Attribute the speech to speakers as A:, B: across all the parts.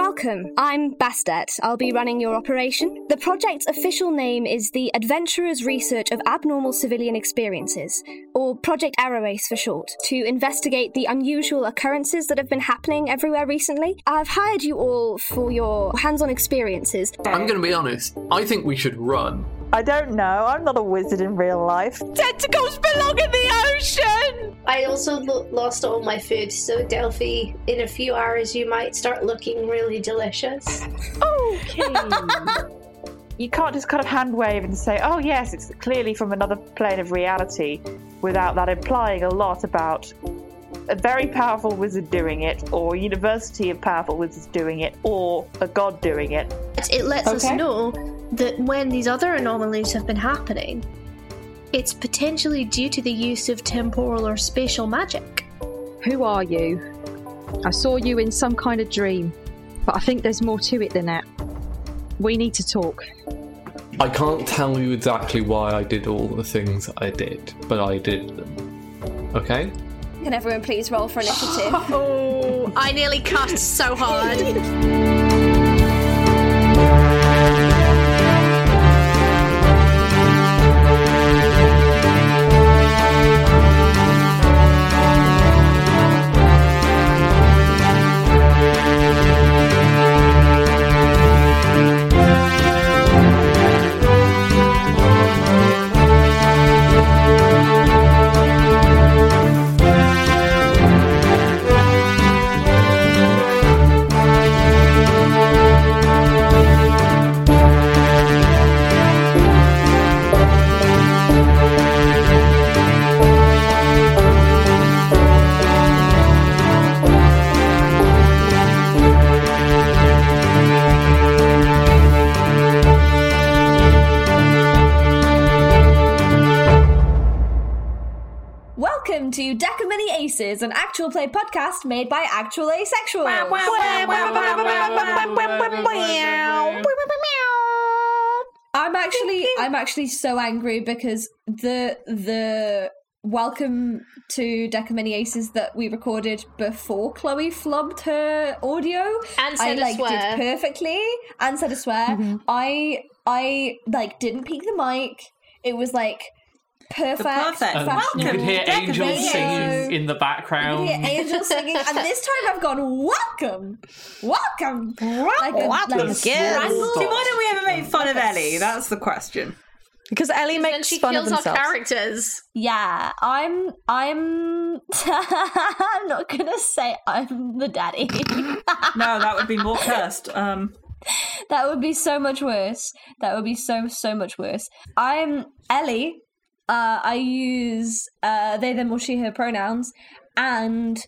A: Welcome, I'm Bastet. I'll be running your operation. The project's official name is the Adventurers Research of Abnormal Civilian Experiences, or Project Arrowace for short, to investigate the unusual occurrences that have been happening everywhere recently. I've hired you all for your hands on experiences.
B: I'm going to be honest. I think we should run.
C: I don't know. I'm not a wizard in real life.
D: Tentacles belong in the ocean!
E: I also lo- lost all my food, so Delphi, in a few hours, you might start looking really delicious.
C: Okay. you can't just kind of hand wave and say, oh, yes, it's clearly from another plane of reality without that implying a lot about a very powerful wizard doing it, or a university of powerful wizards doing it, or a god doing it.
E: But it lets us
C: Okay.
E: know that when these other anomalies have been happening, it's potentially due to the use of temporal or spatial magic.
F: Who are you? I saw you in some kind of dream, but I think there's more to it than that. We need to talk.
B: I can't tell you exactly why I did all the things I did, but I did them. Okay?
A: Can everyone please roll for initiative?
D: Oh,
G: I nearly cussed so hard.
H: Welcome to Deck of Many Aces, an actual play podcast made by actual asexuals. I'm actually I'm actually so angry because the the welcome to Deck of Many Aces that we recorded before Chloe flubbed her audio.
G: And said
H: I
G: a
H: like
G: swear. Mm-hmm.
H: did perfectly and said a swear. I I like didn't peek the mic. It was like perfect.
D: perfect.
I: And
H: Welcome.
I: you could hear
D: Deck of
I: angels
H: Many Aces.
I: singing in the background.
H: Yeah, angel singing, and this time I've gone welcome, welcome, like a,
D: Welcome,
H: like a
D: girls.
H: strangled-
D: See, why don't we ever make fun of Ellie? That's the question.
J: Because Ellie
G: and
J: makes
G: she
J: fun of
G: kills our
J: herself.
G: characters.
H: Yeah, I'm, I'm, I'm not gonna say I'm the daddy.
D: No, that would be more cursed. Um,
H: that would be so much worse. That would be so so much worse. I'm Ellie. Uh, I use uh, they them or she her pronouns, and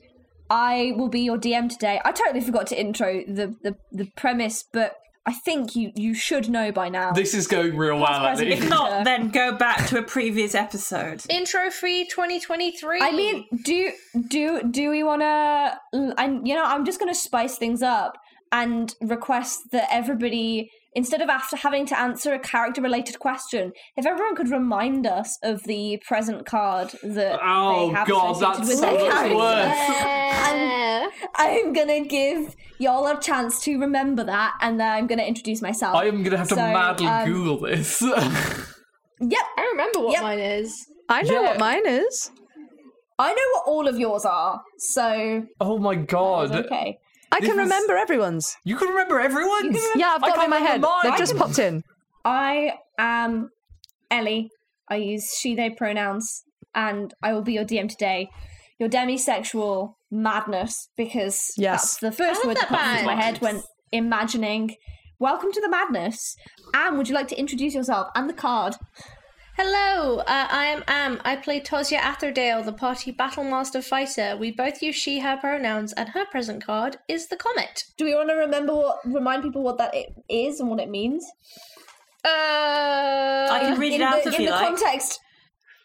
H: I will be your DM today. I totally forgot to intro the the, the premise, but I think you you should know by now.
I: This is going real well,
H: surprising.
I: Ellie.
D: if not, then go back to a previous episode.
G: Intro free 2023.
H: I mean, do do do we want to? And you know, I'm just going to spice things up and request that everybody, instead of after having to answer a character-related question, if everyone could remind us of the present card that
I: Oh,
H: they have
I: God,
H: associated
I: that's
H: with
I: so
H: their
I: much
H: character.
I: worse.
G: Yeah.
H: I'm gonna give y'all a chance to remember that, and then I'm gonna introduce myself.
I: I am going to have to
H: So,
I: madly
H: um,
I: Google this.
H: Yep,
G: I remember what
H: Yep.
G: mine is.
J: I know
I: Yeah.
J: what mine is.
H: I know what all of yours are, so
I: oh my god.
H: okay.
J: I
I: This
J: can
I: was-
J: remember everyone's.
I: You can remember everyone's?
J: Yeah, I've
I: I
J: got them in
I: can't
J: my head.
I: remember mine.
J: They've just popped in.
H: I am Ellie. I use she, they pronouns, and I will be your DM today. Your demisexual madness, because
J: Yes.
H: that's the first
G: love
H: word that
G: that
H: popped into my
G: band.
H: head when imagining. Welcome to the madness. Anne, would you like to introduce yourself and the card?
G: Hello, uh, I am Am. I play Tosia Atherdale, the party battlemaster fighter. We both use she, her pronouns, and her present card is the comet.
H: Do we want to remember what, remind people what that i- is and what it means?
G: Uh,
D: I can read
H: in
D: it out
H: the,
D: if
H: in
D: you
H: the
D: like.
H: context,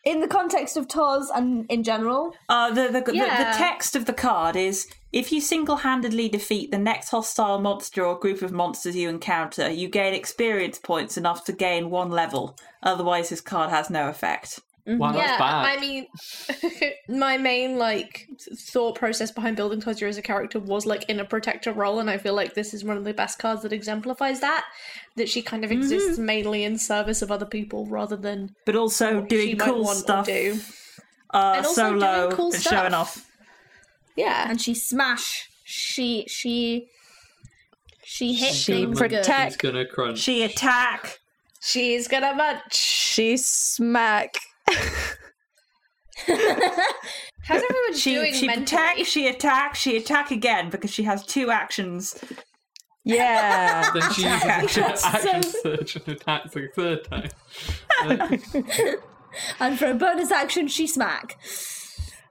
H: in the context of Toz and in general.
D: Uh, the, the, the,
G: Yeah.
D: the text of the card is if you single handedly defeat the next hostile monster or group of monsters you encounter, you gain experience points enough to gain one level. Otherwise, this card has no effect.
H: Mm-hmm.
B: Wow, that's
G: yeah,
B: bad.
G: I mean, my main like thought process behind building Todger as a character was like in a protector role, and I feel like this is one of the best cards that exemplifies that. That she kind of exists mainly in service of other people rather than
D: but also
G: she
D: doing
G: might
D: cool
G: want or
D: stuff.
G: do.
D: Uh,
G: And also
D: solo
G: doing cool
D: and
G: stuff.
D: showing off.
G: Yeah,
A: and she smash. She she she hit things
H: protect.
A: good.
B: She's gonna crunch.
D: She attack.
G: she's gonna munch.
H: She smack.
G: How's everyone
D: She
G: doing
D: she
G: mentally?
D: attack. She attack. She attack again because she has two actions.
H: Yeah.
B: Then she uses action,
D: That's so-
B: action surge and attacks a third time.
A: And for a bonus action, she smack.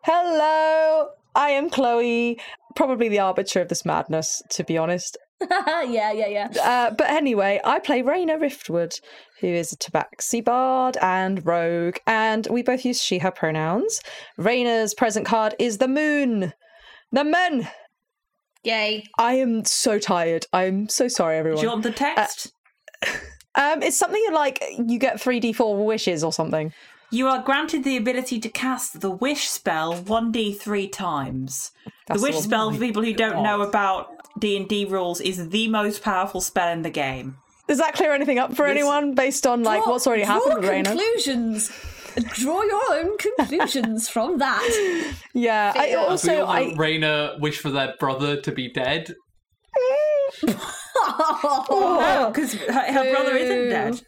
H: Hello. I am Chloe, probably the arbiter of this madness, to be honest.
A: yeah, yeah, yeah.
H: Uh, but anyway, I play Raina Riftwood, who is a tabaxi bard and rogue, and we both use she, her pronouns. Raina's present card is the moon. The moon!
G: Yay!
H: I am so tired. I'm so sorry,
D: Do
H: everyone.
D: you want the text?
H: Um, it's something like you get 3d4 wishes or something.
D: You are granted the ability to cast the wish spell 1d3 times.
H: That's
D: the wish
H: all.
D: spell for people who don't know about D&D rules is the most powerful spell in the game.
H: Does that clear anything up for anyone based on like what's already happened with
A: Draw
H: Raina?
A: conclusions. Draw your own conclusions from that.
H: Yeah.
G: Fair.
H: I
B: we
H: also
B: all know
H: I
B: Raina wish for their brother to be dead.
G: Oh.
D: Because her, her brother isn't dead.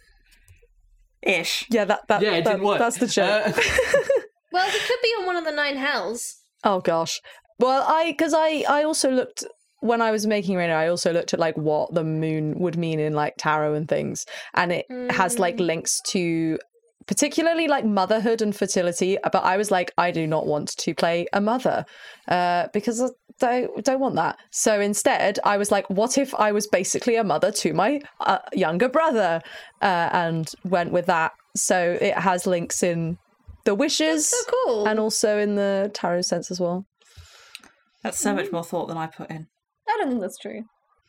D: Ish.
H: yeah that that,
B: Yeah, it
H: that-
B: didn't work.
H: that's the joke.
B: Uh,
G: Well, he could be on one of the nine hells.
H: Oh gosh. Well, I because I I also looked when I was making Raina, I also looked at like what the moon would mean in like tarot and things, and it has like links to particularly like motherhood and fertility. uh, But I was like, I do not want to play a mother uh, because I don't, don't want that. So instead, I was like, what if I was basically a mother to my uh, younger brother, uh, and went with that. So it has links in the wishes
G: So cool.
H: and also in the tarot sense as well.
D: That's so
G: Mm-hmm.
D: much more thought than I put in.
A: I don't think that's true.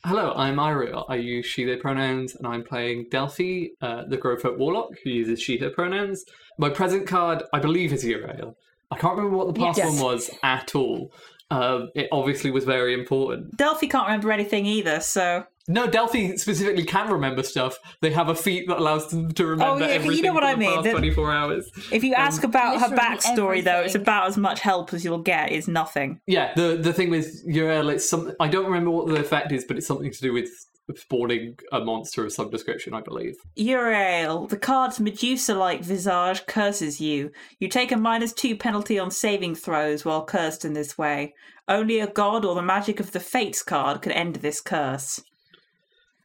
B: Hello, I'm Ira. I use she, they pronouns, and I'm playing Delphi, uh, the Growfoot Warlock, who uses she, her pronouns. My present card, I believe, is Urael. I can't remember what the past
H: Yes.
B: one was at all. Um, it obviously was very important.
D: Delphi can't remember anything either, so...
B: No, Delphi specifically can remember stuff. They have a feat that allows them to remember
D: Oh, yeah, 'cause you
B: everything
D: know what
B: for
D: I
B: the
D: mean,
B: past
D: that-
B: 24 hours.
D: If you ask about her
A: literally
D: backstory, though, it's
A: everything.
D: about as much help as you'll get is nothing.
B: Yeah, the the thing with Uriel, it's some. I don't remember what the effect is, but it's something to do with spawning a monster of some description, I believe.
D: Uriel, the card's Medusa like visage curses you. You take a minus two penalty on saving throws while cursed in this way. Only a god or the magic of the Fates card could end this curse.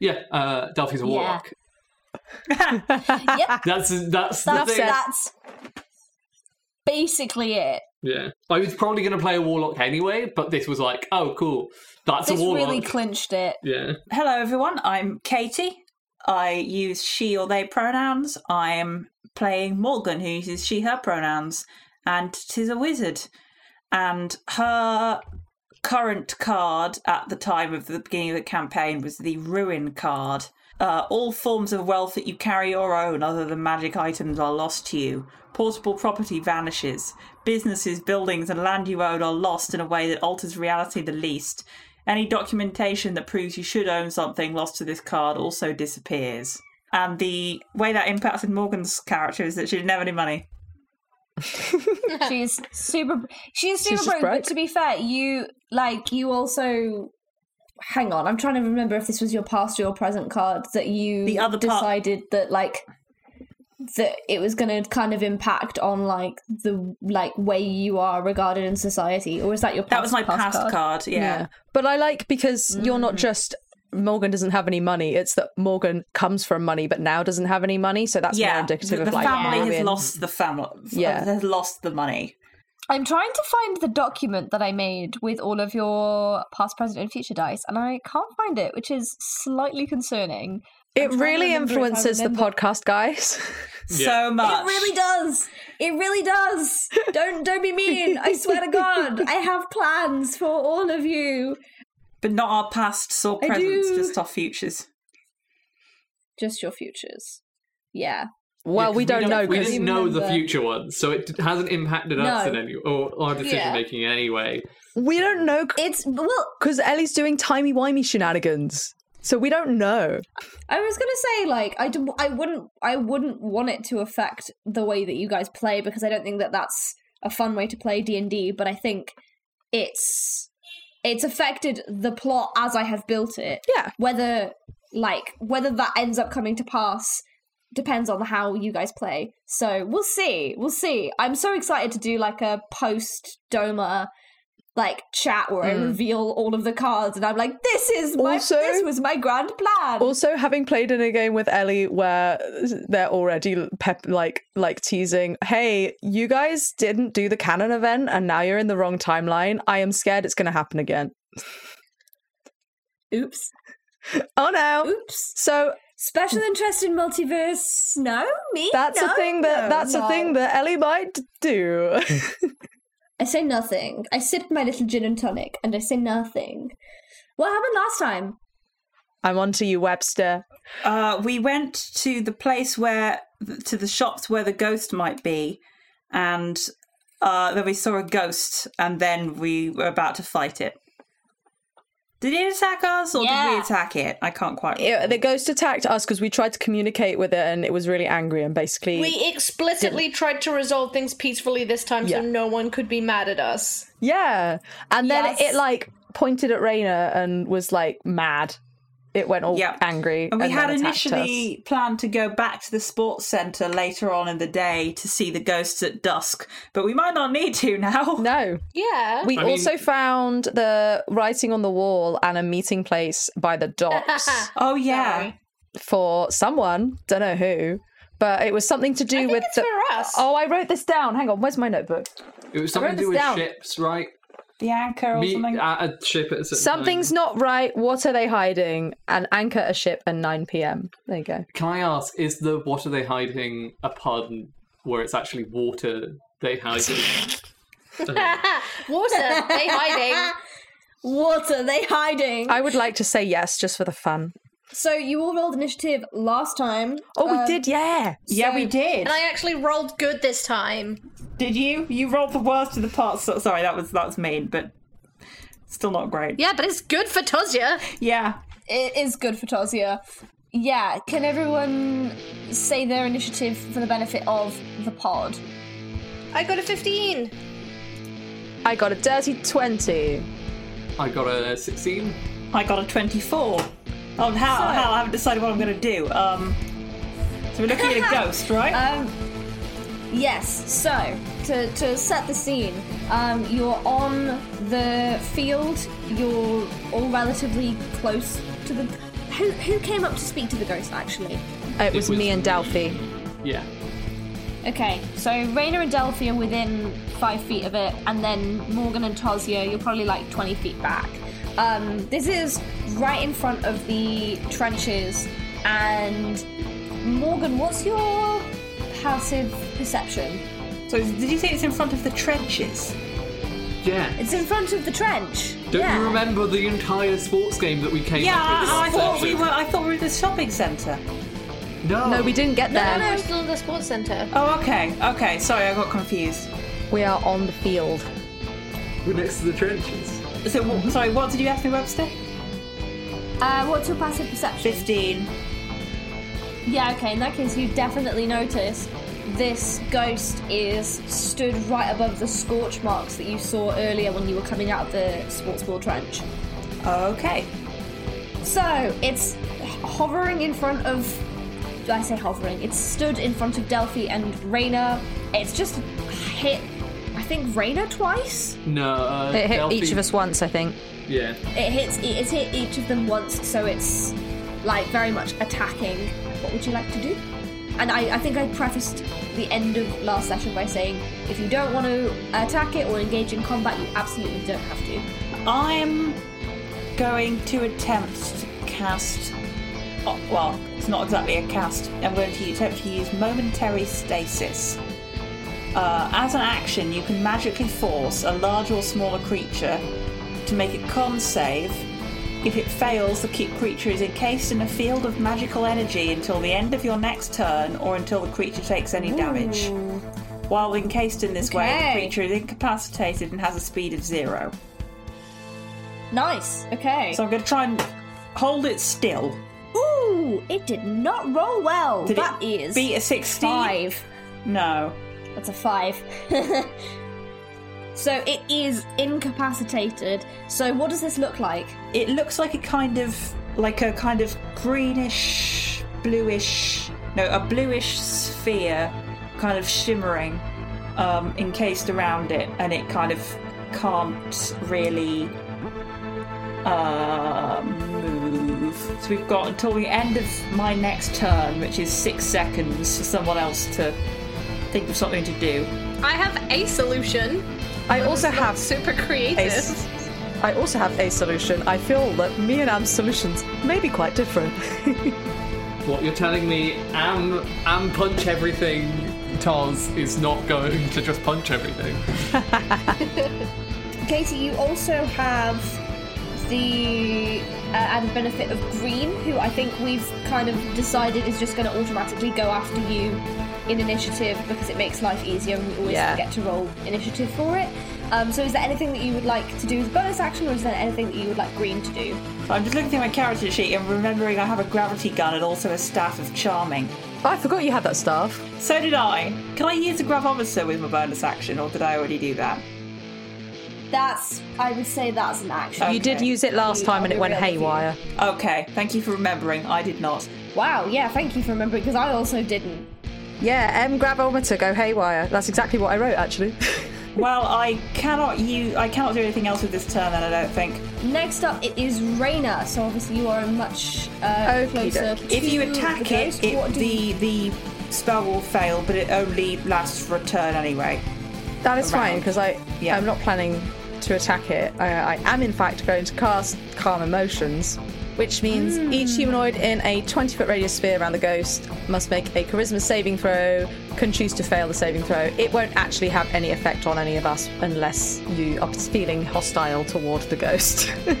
B: Yeah, uh, Delphi's a warlock. That's that's the
A: That's
B: thing.
A: that's basically it.
B: Yeah, I was probably going to play a warlock anyway, but this was like, oh, cool, that's
A: This
B: a warlock.
A: really clinched it.
B: yeah,
D: Hello, everyone. I'm Katie. I use she or they pronouns. I'm playing Morgan, who uses she her pronouns, and tis a wizard. And her current card at the time of the beginning of the campaign was the Ruin card. Uh, all forms of wealth that you carry your own, other than magic items, are lost to you. Portable property vanishes. Businesses, buildings, and land you own are lost in a way that alters reality the least. Any documentation that proves you should own something lost to this card also disappears. And the way that impacted Morgan's character is that she didn't have any money.
A: She is super. She is super
H: just
A: broke.
H: broke.
A: But to be fair, you like you also. Hang on, I'm trying to remember if this was your past or your present card that you
D: The other part-
A: decided that like that it was going to kind of impact on like the like way you are regarded in society, or is that your past,
D: That was my past, card, yeah.
H: But I like because you're not
A: Mm-hmm.
H: just Morgan doesn't have any money. It's that Morgan comes from money, but now doesn't have any money. So that's more
D: yeah,
H: indicative
D: the,
H: of
D: the
H: like
D: family
H: being-
D: has lost the family.
H: Yeah.
D: has lost the money.
A: I'm trying to find the document that I made with all of your past, present, and future dice, and I can't find it, which is slightly concerning.
H: It
A: trying to
H: really
A: remember if I
H: influences the
A: remember.
H: podcast, guys.
B: Yeah.
D: So much.
A: It really does. It really does. Don't don't be mean. I swear to God, I have plans for all of you.
D: but not our pasts or
A: I
D: presents,
A: do.
D: just our futures.
A: Just your futures. Yeah.
H: Well, we don't know
B: we
H: because
B: didn't know the future ones, so it hasn't impacted us
H: No.
B: in any or our decision making in any way.
H: we don't know. It's well because Ellie's doing timey wimey shenanigans, so we don't know.
A: I was gonna say like I, d- I wouldn't I wouldn't want it to affect the way that you guys play because I don't think that that's a fun way to play D and D. But I think it's it's affected the plot as I have built it.
H: Yeah.
A: Whether like whether that ends up coming to pass depends on how you guys play. So we'll see. We'll see. I'm so excited to do like a post Doma like chat where I
H: Mm.
A: reveal all of the cards and I'm like, this is my this was my grand plan.
H: Also, having played in a game with Ellie where they're already pep- like like teasing, "Hey, you guys didn't do the canon event, and now you're in the wrong timeline." I am scared it's going to happen again.
A: Oops.
H: Oh no.
A: Oops.
H: So
A: special interest in multiverse? No, me.
H: That's
A: No?
H: a thing that
A: No,
H: that's
A: no.
H: a thing that Ellie might do.
A: I say nothing. I sipped my little gin and tonic, and I say nothing. What happened last time?
H: I'm on to you, Webster.
D: Uh, we went to the place where, to the shops where the ghost might be, and uh, then we saw a ghost, and then we were about to fight it. Did it attack us, or did we attack it? I can't quite.
H: Yeah, the ghost attacked us because we tried to communicate with it, and it was really angry and basically
G: We explicitly tried to resolve things peacefully this time
H: Yeah.
G: so no one could be mad at us.
H: Yeah. And then
G: Yes.
H: it like pointed at Raina and was like mad. It went all
D: Yeah.
H: angry.
D: And we
H: then
D: had
H: attacked us.
D: initially planned to go back to the sports centre later on in the day to see the ghosts at dusk, but we might not need to now.
H: No.
G: Yeah.
H: We also found the writing on the wall and a meeting place by the docks
D: oh yeah.
H: for someone, don't know who, but it was something to do with the Oh, I wrote this down. Hang on, where's my notebook?
B: It was
H: I wrote
B: something to
H: this
B: do with
H: down.
B: ships, right?
D: The anchor
B: Meet at a ship at a certain
H: Something's
B: time.
H: not right. What are they hiding? And anchor a ship and 9 p.m. There you go.
B: Can I ask? Is the what are they hiding a pun where it's actually water they hiding?
G: Water, they hiding.
A: Water, they hiding.
H: I would like to say yes just for the fun.
A: So you all rolled initiative last time.
H: Oh, we
A: Um,
H: did, yeah.
D: Yeah, we did.
G: And I actually rolled good this time.
D: Did you? You rolled the worst of the parts. So, sorry, that was that was mean, but still not great.
G: Yeah, but it's good for Tosia.
D: Yeah.
A: It is good for Tosia. Yeah, can everyone say their initiative for the benefit of the pod?
G: I got a 15.
H: I got a dirty 20.
B: I got a sixteen.
D: I got a twenty-four. Oh, how? how? I haven't decided what I'm going to do. Um, so we're looking at a ghost, right?
H: Uh,
A: Um, yes. So to to set the scene, um, you're on the field. You're all relatively close to the. Who who came up to speak to the ghost actually?
H: It was, me and Delphi.
B: Yeah.
A: Okay, so Raina and Delphi are within five feet of it, and then Morgan and Tosia, you're probably like 20 feet back. Um, this is right in front of the trenches, and Morgan, what's your passive perception?
D: So, did you say it's in front of the trenches?
B: Yeah.
A: It's in front of the trench.
B: Don't
A: yeah.
B: you remember the entire sports game that we came
D: yeah,
B: up with?
D: I, I
B: last
D: thought we
B: session?
D: were. I thought we were at the shopping centre.
B: No.
H: No, we didn't get
G: No,
H: there.
G: no, no, we're still in the sports center.
D: Oh, okay, okay. Sorry, I got confused.
H: We are on the field.
B: We're next to the trenches.
D: So, wh- sorry, what did you ask me, Webster?
A: Uh, what's your passive perception?
D: Fifteen.
A: Yeah, okay, in that case, you definitely notice this ghost is stood right above the scorch marks that you saw earlier when you were coming out of the sports ball trench.
D: Okay.
A: So it's hovering in front of. I say hovering. It's stood in front of Delphi and Rayna. It's just hit. I think Rayna twice.
B: No. Uh,
H: It hit
B: Delphi-
H: each of us once, I think.
B: Yeah.
A: It hits. It's hit each of them once, so it's like very much attacking. What would you like to do? And I, I think I prefaced the end of last session by saying, if you don't want to attack it or engage in combat, you absolutely don't have to.
D: I'm going to attempt to cast. Oh, well, it's not exactly a cast. I'm going to attempt to use momentary stasis. Uh, as an action, you can magically force a large or smaller creature to make a con save If it fails, the ki- creature is encased in a field of magical energy until the end of your next turn or until the creature takes any damage. While encased in this way, the
A: Okay.
D: creature is incapacitated and has a speed of zero.
A: Nice. Okay.
D: So I'm going to try and hold it still.
A: Ooh, it did not roll well.
D: Did
A: That
D: it
A: is
D: beat a 16?
A: five.
D: No.
A: That's a five. so it is incapacitated. So what does this look like?
D: It looks like a kind of like a kind of greenish, bluish, no, a bluish sphere, kind of shimmering, um, encased around it, and it kind of can't really uh, move. So we've got until the end of my next turn, which is six seconds, for someone else to think of something to do.
G: I have a solution.
H: I also have
G: Super creative.
H: Ace. I also have a solution. I feel that me and Am's solutions may be quite different. Oh,
B: What you're telling me, am am punch everything, Taz is not going to just punch everything.
A: Katie, you also have the uh, added benefit of Green, who I think we've kind of decided is just going to automatically go after you in initiative because it makes life easier and you always
H: Yeah.
A: get to roll initiative for it. Um, so, is there anything that you would like to do as a bonus action, or is there anything that you would like Green to do?
D: I'm just looking through my character sheet and remembering I have a gravity gun and also a staff of charming.
H: I forgot you had that staff.
D: So did I. Can I use a gravometer with my bonus action, or did I already do that?
A: That's, I would say, that's an action.
D: Okay.
H: You did use it last
A: You-
H: time and
A: I'll
H: it
A: be
H: went
A: real with you.
H: haywire.
D: Okay, thank you for remembering. I did not.
A: Wow, yeah, thank you for remembering because I also didn't.
H: Yeah, M grabometer go haywire. That's exactly what I wrote actually.
D: Well, I cannot use. I cannot do anything else with this turn. Then I don't think.
A: Next up, it is Raina, so obviously you are much uh,
H: Okie
A: closer.
H: dokie.
D: If you
A: to
D: attack
A: the
D: it,
A: ghost. What
D: it
A: do you
D: the the spell will fail, but it only lasts for a turn anyway.
H: That is fine
D: Around.
H: because I
D: Yeah.
H: I'm not planning to attack it. I, I am in fact going to cast calm emotions, which means
D: Hmm.
H: each humanoid in a 20 foot radius sphere around the ghost must make a charisma saving throw. Can choose to fail the saving throw. It won't actually have any effect on any of us unless you are feeling hostile toward the ghost.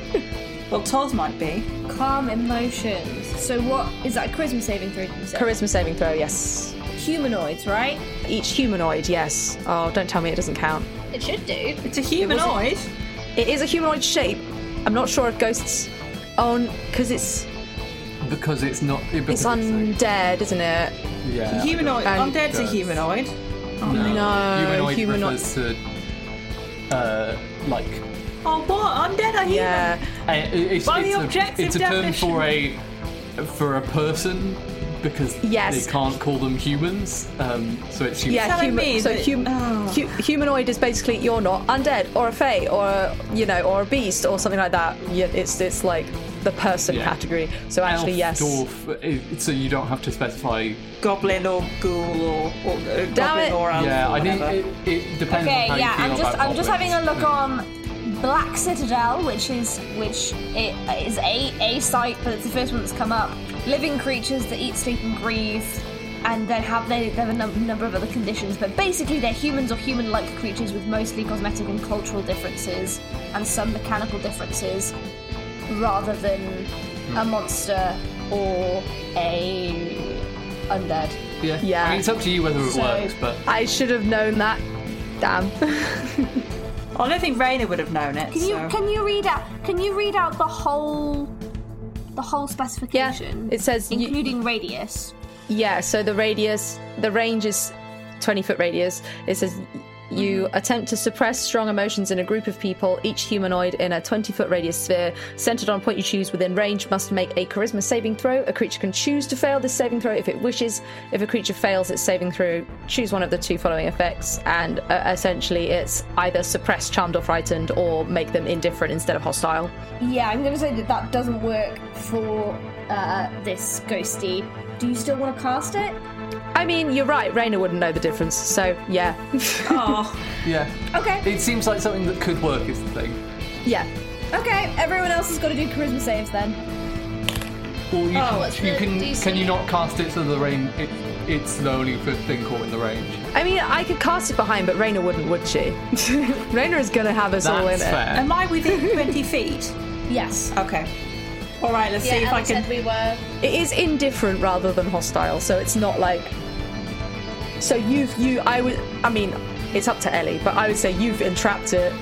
D: Well, Toz might be.
A: Calm emotions. So what is that? Charisma saving throw. did you say?
H: charisma saving throw, yes.
A: Humanoids, right?
H: Each humanoid, yes. Oh, don't tell me it doesn't count.
A: It should do.
D: It's a humanoid.
H: It is a humanoid shape. I'm not sure if ghosts on because it's
B: Because it's not.
H: It's undead, isn't it?
B: Yeah.
D: Humanoid.
H: And-
D: Undead's a humanoid.
B: No.
H: No,
B: Humanoid,
H: humanoid-
B: refers to, uh, like.
D: Oh, what? Undead are human.
H: Yeah.
B: uh, it- it's,
D: By the
B: it's
D: objective
B: a, it's a term for a for a person because
H: Yes.
B: they can't call them humans. Um, so it's human.
H: Yeah,
D: telling
H: human.
D: me
H: so
D: that-
H: hum-
D: Oh.
H: hu- humanoid is basically you're not undead or a fae or a, you know or a beast or something like that. Yeah, it's it's like the person
B: Yeah.
H: category. So actually,
B: Elf,
H: yes.
B: dwarf, uh, so you don't have to specify
D: Goblin or ghoul or, or uh, goblin
H: it.
D: or elf.
B: Yeah,
D: or
B: I think
D: whatever.
B: it, it depends
A: Okay,
B: on how
A: yeah.
B: you feel
A: I'm just
B: about
A: I'm just
B: goblins.
A: having a look
B: Mm.
A: on Black Citadel, which is which it is a a site, but it's the first one that's come up. Living creatures that eat, sleep, and breathe. And then have they, they have a num- number of other conditions, but basically they're humans or human-like creatures with mostly cosmetic and cultural differences and some mechanical differences, rather than a monster or a undead.
B: Yeah.
H: Yeah.
B: I mean, it's up to you whether it
A: So-
B: works, but
H: I should have known that. Damn.
D: I don't think Raina would have known it.
A: Can you
D: so.
A: can you read out can you read out the whole the whole specification?
H: it says you-
A: including radius.
H: yeah. So the radius, the range is twenty foot radius. It says. You attempt to suppress strong emotions in a group of people. Each humanoid in a 20 foot radius sphere centered on a point you choose within range must make a charisma saving throw. A creature can choose to fail this saving throw if it wishes. If a creature fails its saving throw, choose one of the two following effects. And uh, essentially, it's either suppress, charmed, or frightened, or make them indifferent instead of hostile.
A: Yeah, I'm going to say that that doesn't work for uh, this ghosty. Do you still want to cast it?
H: I mean, you're right, Raina wouldn't know the difference. So, yeah.
D: Oh,
B: yeah.
A: Okay.
B: It seems like something that could work is the thing.
H: yeah.
A: Okay. Everyone else has got to do charisma saves then.
B: Or you
D: Oh,
B: can, you can, can you not cast it so the rain? It, it's the only good thing caught in the range.
H: I mean, I could cast it behind, but Raina wouldn't, would she? Raina is going to have us all in
B: That's
H: it.
B: fair.
D: am I within 20 feet?
A: Yes.
D: Okay. All right, let's
G: yeah,
D: see if I
G: Ella
D: can.
G: said we were.
H: It is indifferent rather than hostile, so it's not like. So you've you I would I mean it's up to Ellie, but I would say you've entrapped it.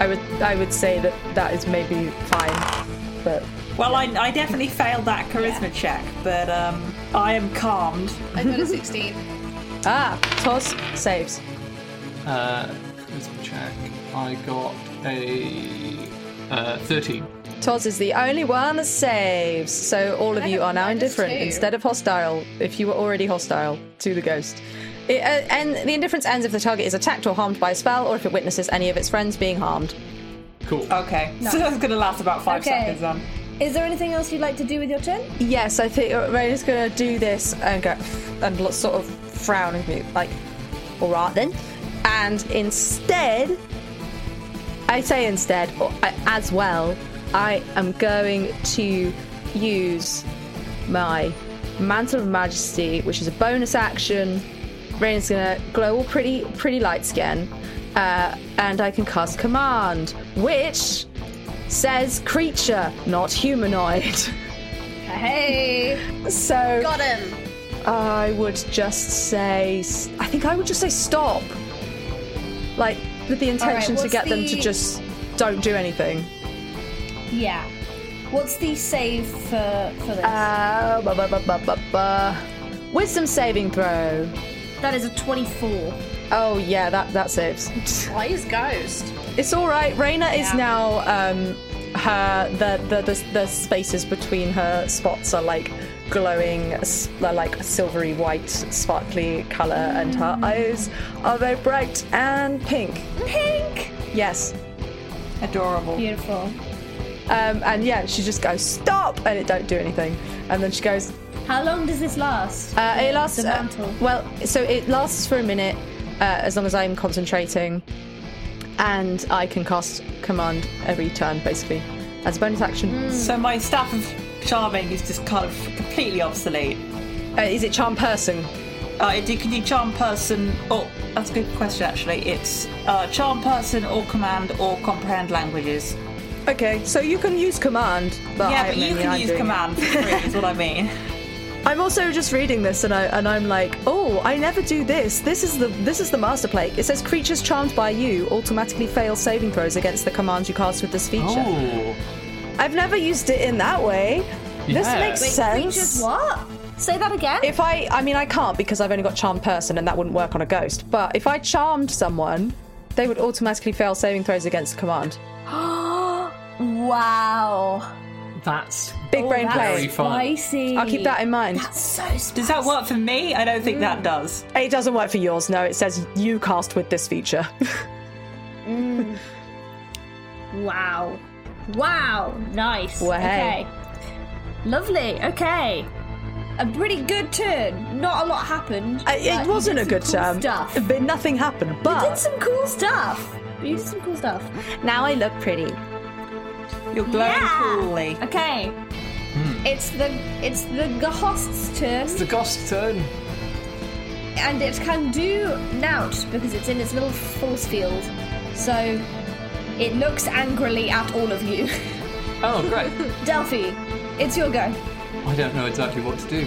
H: I would I would say that that is maybe fine, but
D: Well, I, I definitely failed that charisma check, but um, I am calmed.
G: I got a 16.
H: ah toss saves.
B: Uh, charisma check. I got a uh, 13.
H: Toz is the only one that saves, so all of
G: I
H: you
G: have
H: are now
G: minus
H: indifferent
G: two.
H: instead of hostile. If you were already hostile to the ghost, it, uh, and the indifference ends if the target is attacked or harmed by a spell, or if it witnesses any of its friends being harmed.
B: Cool.
D: Okay, so that's gonna last about five
A: Okay.
D: seconds then.
A: Is there anything else you'd like to do with your turn?
H: Yes, I think Rayna's gonna do this and go and lo- sort of frown and be like, "All right then." And instead, I say instead or I, as well, I am going to use my mantle of majesty, which is a bonus action. Rayna's gonna glow all pretty, pretty lights again, uh, and I can cast command, which says creature, not humanoid.
A: Hey!
H: So
G: Got him.
H: I would just say, I think I would just say stop. Like, with the intention to
A: what's
H: get them to
A: the-
H: just don't do anything.
A: Yeah. What's the save for, for this?
H: Uh, ba, ba, ba, ba, ba, ba. Wisdom saving throw.
A: that is a 24.
H: Oh, yeah, that, that saves.
G: Plays ghost.
H: It's all right. Reina is now um, her the, the the the spaces between her spots are like glowing, s- they're like silvery white, sparkly color, and her
A: Mm.
H: eyes are very bright and pink.
A: Pink!
H: Yes.
D: Adorable.
A: Beautiful.
H: Um, and yeah, she just goes stop, and it don't do anything. And then she goes,
A: How long does this last?
H: Uh, it lasts.
A: The
H: uh,
A: mantle.
H: well, so it lasts for a minute uh, as long as I'm concentrating, and I can cast command every turn basically as a bonus action.
A: Mm.
D: So my staff of charming is just kind of completely obsolete.
H: Uh, is it charm person?
D: Uh, it- you can do charm person or that's a good question actually. It's uh, charm person or command or comprehend languages.
H: Okay, so you can use command, but
D: yeah,
H: I
D: but you
H: mainly
D: can
H: I'm
D: use
H: doing it.
D: command for free. is what I mean.
H: I'm also just reading this, and I and I'm like, oh, I never do this. This is the this is the master plate. It says creatures charmed by you automatically fail saving throws against the command you cast with this feature.
B: Oh.
H: I've never used it in that way. This
B: Yeah.
H: makes
B: Wait,
H: sense.
A: Creatures what? Say that again?
H: If I, I mean, I can't because I've only got charmed person, and that wouldn't work on a ghost. But if I charmed someone, they would automatically fail saving throws against the command.
A: wow.
B: That's.
H: Big brain
A: That's
H: play.
B: fun.
A: Spicy.
H: I'll keep that in mind.
A: So spicy.
D: Does that work for me? I don't think that does.
H: It doesn't work for yours. No, it says you cast with this feature.
A: Wow. Wow. Nice.
H: Well, hey.
A: okay. Lovely. Okay. A pretty good turn. Not a lot happened.
H: I-
A: but
H: Uh, it
A: you
H: wasn't a
A: did
H: good
A: some cool
H: term.
A: Stuff.
H: But nothing happened.
A: You did
H: But
A: some cool stuff. You did some cool stuff.
H: now I look pretty.
D: You're glowing
A: Yeah.
D: coolly.
A: Okay. It's the it's the Gehost's turn,
B: Hmm. It's the ghost turn.
A: and it can do Nout because it's in its little force field. So it looks angrily at all of you.
B: Oh, great.
A: Delphi, it's your go.
B: I don't know exactly what to do.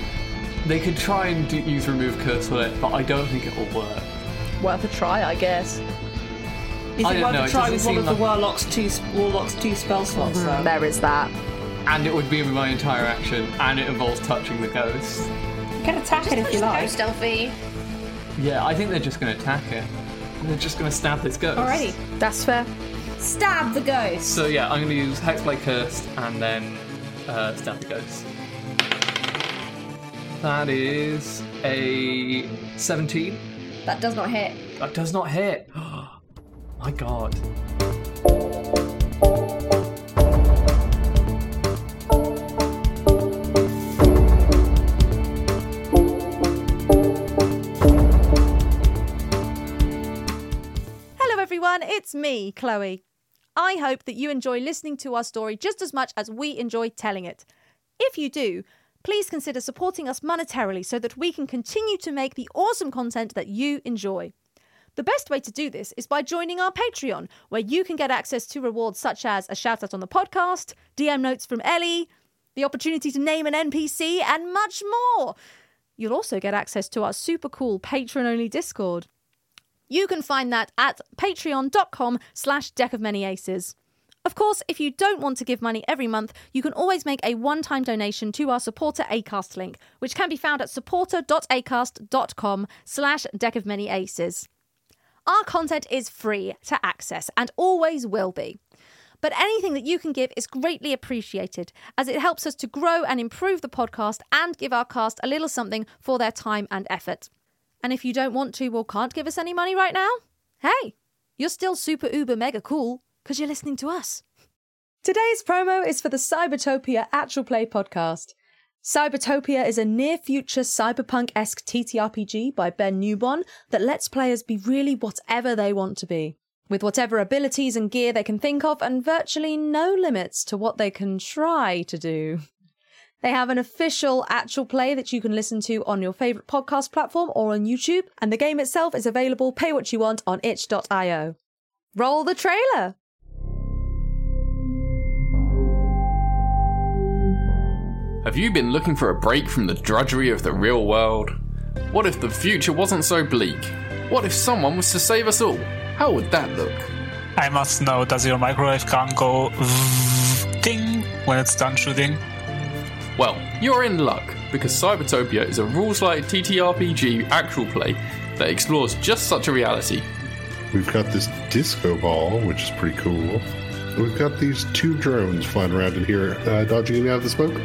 B: They could try and do, use remove curse on it, but I don't think it will work.
H: Worth a try, I guess.
B: I
D: You think
B: don't know,
D: I
B: it
D: could try
B: doesn't
D: with one
B: seem
D: of the
B: like-
D: warlocks two warlocks two spell slots though.
H: There is that.
B: And it would be my entire action, and it involves touching the ghost.
D: You can attack it if you like.
G: Ghost Elfie.
B: Yeah, I think they're just going to attack it. And they're just going to stab this ghost.
A: Alrighty.
H: That's fair.
A: Stab the ghost.
B: So yeah, I'm going to use Hexblade Cursed and then uh, stab the ghost. That is a 17.
A: That does not hit.
B: That does not hit. My god.
F: Hello, everyone. It's me, Chloe. I hope that you enjoy listening to our story just as much as we enjoy telling it. If you do, please consider supporting us monetarily so that we can continue to make the awesome content that you enjoy. The best way to do this is by joining our Patreon, where you can get access to rewards such as a shout out on the podcast, DM notes from Ellie, the opportunity to name an NPC, and much more. You'll also get access to our super cool patron only Discord. You can find that at patreon.com slash deck of many aces. Of course, if you don't want to give money every month, you can always make a one time donation to our supporter ACAST link, which can be found at supporter.acast.com slash deck of many aces. Our content is free to access and always will be. But anything that you can give is greatly appreciated as it helps us to grow and improve the podcast and give our cast a little something for their time and effort. And if you don't want to or can't give us any money right now, hey, you're still super uber mega cool because you're listening to us.
H: Today's promo is for the Cybertopia Actual Play podcast. Cybertopia is a near future cyberpunk esque TTRPG by Ben Newbon that lets players be really whatever they want to be, with whatever abilities and gear they can think of, and virtually no limits to what they can try to do. They have an official actual play that you can listen to on your favourite podcast platform or on YouTube, and the game itself is available pay what you want on itch.io. Roll the trailer!
K: Have you been looking for a break from the drudgery of the real world? What if the future wasn't so bleak? What if someone was to save us all? How would that look?
L: I must know, does your microwave gun go ding when it's done shooting?
K: Well, you're in luck because Cybertopia is a rules light TTRPG actual play that explores just such a reality.
M: We've got this disco ball, which is pretty cool. We've got these two drones flying around in here, uh, dodging in out of the smoke.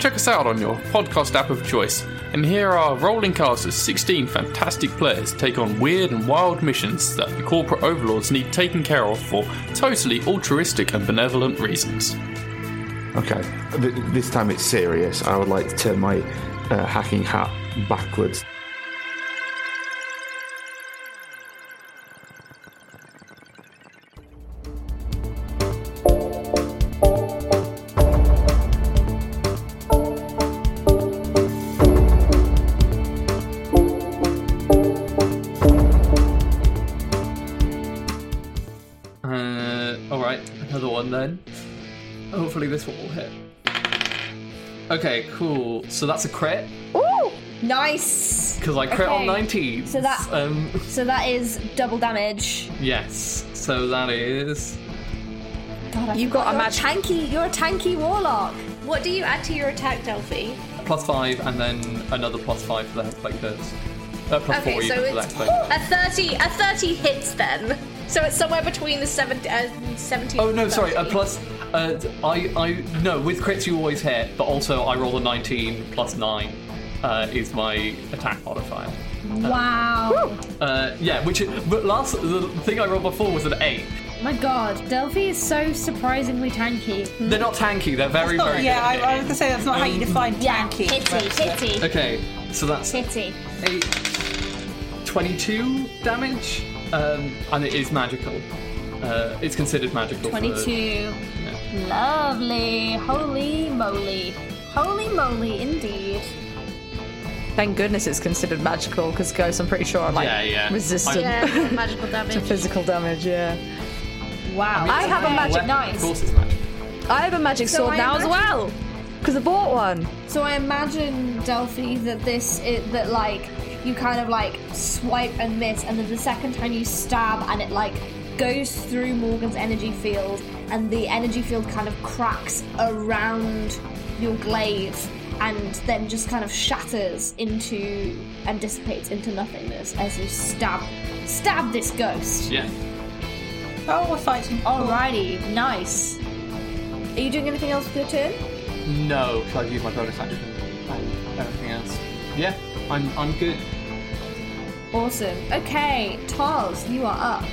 K: Check us out on your podcast app of choice and hear our rolling cast as 16 fantastic players take on weird and wild missions that the corporate overlords need taken care of for totally altruistic and benevolent reasons.
N: Okay, Th- this time it's serious. I would like to turn my uh, hacking hat backwards.
B: Uh, all right, another one then. Hopefully this one will hit. Okay, cool. So that's a crit
O: Ooh, nice.
B: because I crit on
O: Okay.
B: 19.
O: So that-
B: Um,
O: So that is double damage.
B: yes. So that is.
O: you got a magic. Tanky, you're a tanky warlock.
G: What do you add to your attack, Delphi?
B: plus five and then another plus five for the hexblade curse. Uh, plus
G: okay,
B: four
G: so
B: even for the
G: it's
B: hexblade.
G: a thirty. A thirty hits then. So it's somewhere between the 70, uh, seventeen.
B: Oh no, sorry. A plus. Uh, I I no with crits you always hit, but also I roll a 19 plus nine uh, is my attack modifier.
A: Wow.
B: Uh, yeah, which but last the thing I rolled before was an eight.
A: My god, Delphi is so surprisingly tanky.
B: They're not tanky. They're very very.
D: Oh, yeah,
B: good at
D: I, I was gonna say that's not how you define tanky.
B: it. Okay, so that's
A: Pity.
B: 22 damage, um, and it is magical. Uh, it's considered magical. for-
A: 22. Lovely. Holy moly. Holy moly, indeed.
H: Thank goodness it's considered magical because ghosts, I'm pretty sure, are like
B: Yeah, yeah.
H: resistant
A: Yeah, magical damage.
H: to physical damage. Yeah.
A: Wow.
H: I have a magic
B: Well,
H: knife.
B: Of course, it's magic.
H: I have a magic
A: So
H: sword
A: I
H: now as
A: imagine-
H: well because I bought one.
A: So I imagine Delphi that this is, that like you kind of like swipe and miss, and then the second time you stab, and it like goes through Morgan's energy field, and the energy field kind of cracks around your glaive, and then just kind of shatters into and dissipates into nothingness as you stab stab this ghost.
B: Yeah.
D: Oh, we're fighting.
A: Alrighty, nice. Are you doing anything else for your turn?
B: No, because I've used my bonus action and everything else. Yeah, I'm I'm good.
A: Awesome. Okay, Tars, you are up.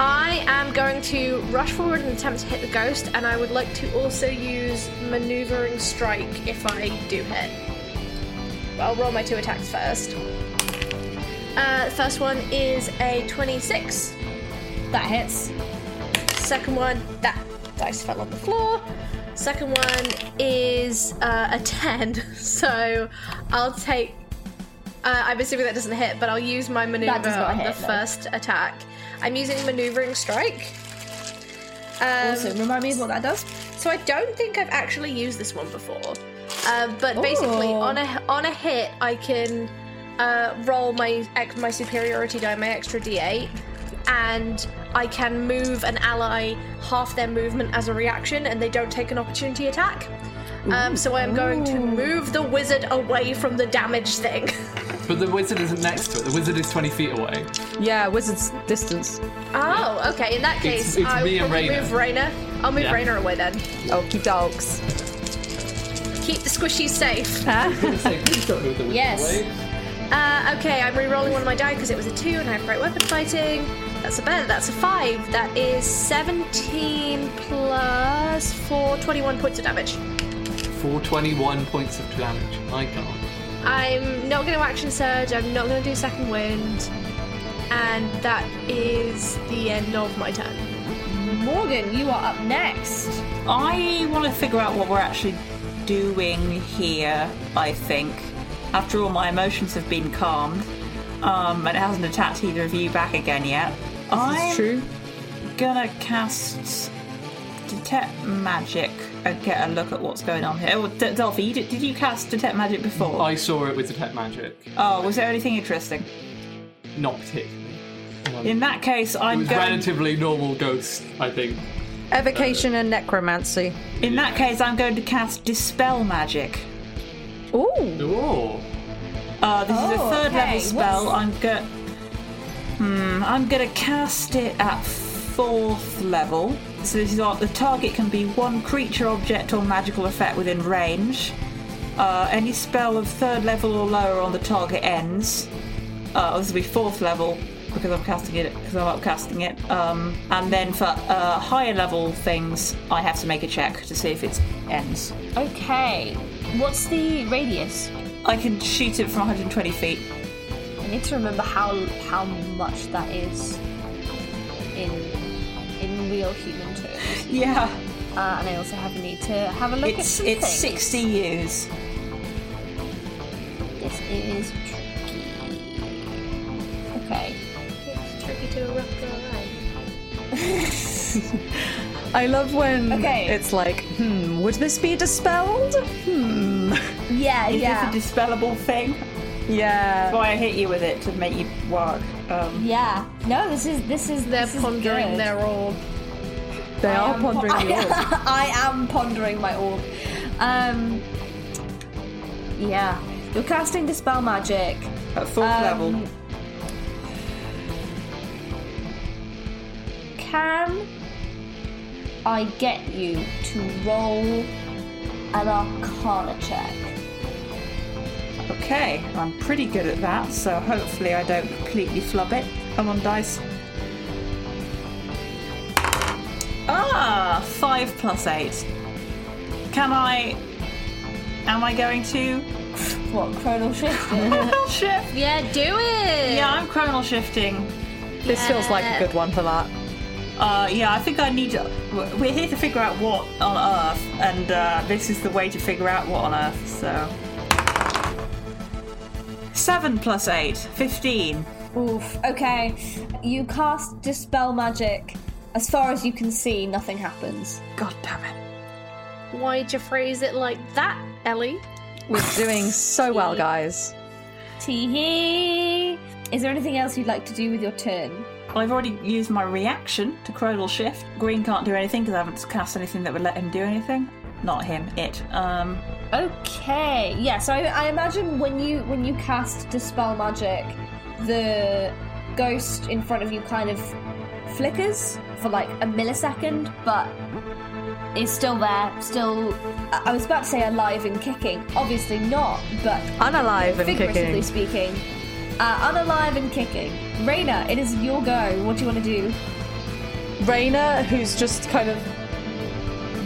G: I am going to rush forward and attempt to hit the ghost, and I would like to also use maneuvering strike if I do hit. I'll roll my two attacks first. Uh, first one is a 26.
A: That hits.
G: Second one, that dice fell on the floor. Second one is uh, a 10, so I'll take. Uh, I'm assuming that doesn't hit, but I'll use my maneuver
A: That does not
G: on
A: hit,
G: the
A: no.
G: first attack. I'm using maneuvering strike. Um,
A: awesome. Remind me of what that does.
G: So I don't think I've actually used this one before. Uh, but basically,
A: Ooh.
G: on a on a hit, I can uh, roll my ex- my superiority die, my extra d8, and I can move an ally half their movement as a reaction, and they don't take an opportunity attack. Um, so I am going to move the wizard away from the damage thing.
B: But the wizard isn't next to it. The wizard is 20 feet away.
H: Yeah, wizard's distance.
G: Oh, okay. In that
B: It's-
G: case,
B: it's
G: I
B: me
G: will
B: and
G: probably
B: Raina.
G: move Raina. I'll move
B: Yeah.
G: Raina away then.
H: Okie dogs.
G: Keep the squishies safe.
B: wizard
G: yes.
B: away.
G: Uh, okay, I'm re-rolling one of my die because it was a two, and I have great weapon fighting. That's a better. That's a five. That is 17 plus four, 21 points of damage.
B: For 21 points of damage. My god.
G: I'm not going to action surge. I'm not going to do second wind, and that is the end of my turn.
A: Morgan, you are up next.
D: I want to figure out what we're actually doing here, I think. After all, my emotions have been calmed, um, and it hasn't attacked either of you back again yet. This I'm
H: true.
D: gonna cast Detect Magic and get a look at what's going on here. Oh, D- Delphi, you did, did you cast Detect Magic before?
B: I saw it with detect magic.
D: Oh, was there anything interesting?
B: Not particularly. Um,
D: In that case,
B: it
D: I'm
B: was
D: going.
B: relatively normal ghost, I think.
H: Evocation and necromancy.
D: In that case, I'm going to cast Dispel Magic.
H: Ooh.
B: Ooh.
D: Uh, this is
I: Oh,
D: a third
I: okay.
D: level spell.
I: What's-
D: I'm gonna. Hmm. I'm gonna cast it at fourth level. So this is on, the target can be one creature, object, or magical effect within range. Uh, any spell of third level or lower on the target ends. Uh, this will be fourth level because I'm casting it because I'm upcasting it. Um, and then for uh, higher level things, I have to make a check to see if it ends.
A: Okay. What's the radius?
D: I can shoot it from 120 feet.
A: I need to remember how how much that is in in real human terms.
D: Yeah.
A: Uh, and I also have a need to have a look at
D: it's
A: some
D: it's
A: things.
D: 60 years.
A: This is tricky. Okay.
G: It's tricky to a rough girl,
H: I love when
A: Okay.
H: it's like, hmm, would this be dispelled? Hmm.
A: Yeah,
D: Is this a dispellable thing?
H: Yeah.
D: That's why I hit you with it to make you work. Um,
A: Yeah. No, this is this is they're pondering their
G: orb.
H: They
A: I
H: are
A: am
H: pondering
A: I,
H: the orb.
A: I am pondering my orb. Um. Yeah, you're casting dispel magic.
D: At fourth
A: Um,
D: level.
A: Can I get you to roll an Arcana check?
D: Okay, I'm pretty good at that, so hopefully I don't completely flub it. I'm on dice. Ah, five plus eight. Can I? Am I going to?
A: What chronal shift?
D: chronal shift.
A: Yeah, do it.
D: Yeah, I'm chronal shifting.
H: This feels like a good one for that.
D: Uh, yeah, I think I need. To, we're here to figure out what on Earth, and uh, this is the way to figure out what on Earth. So, seven plus eight, fifteen.
A: Oof. Okay, you cast dispel magic. As far as you can see, nothing happens.
D: God damn it!
G: Why'd you phrase it like that, Ellie?
H: We're doing so well, guys.
A: Tee hee. Is there anything else you'd like to do with your turn?
D: Well, I've already used my reaction to Crodal Shift. Green can't do anything because I haven't cast anything that would let him do anything. Not him, it. Um,
A: Okay. Yeah. So I, I imagine when you when you cast dispel magic, the ghost in front of you kind of flickers for like a millisecond, but is still there, still. I I was about to say alive and kicking. Obviously not, but
H: Unalive and
A: figuratively
H: kicking.
A: speaking, uh, unalive and kicking. Raina, it is your go. What do you want to do?
H: Raina, who's just kind of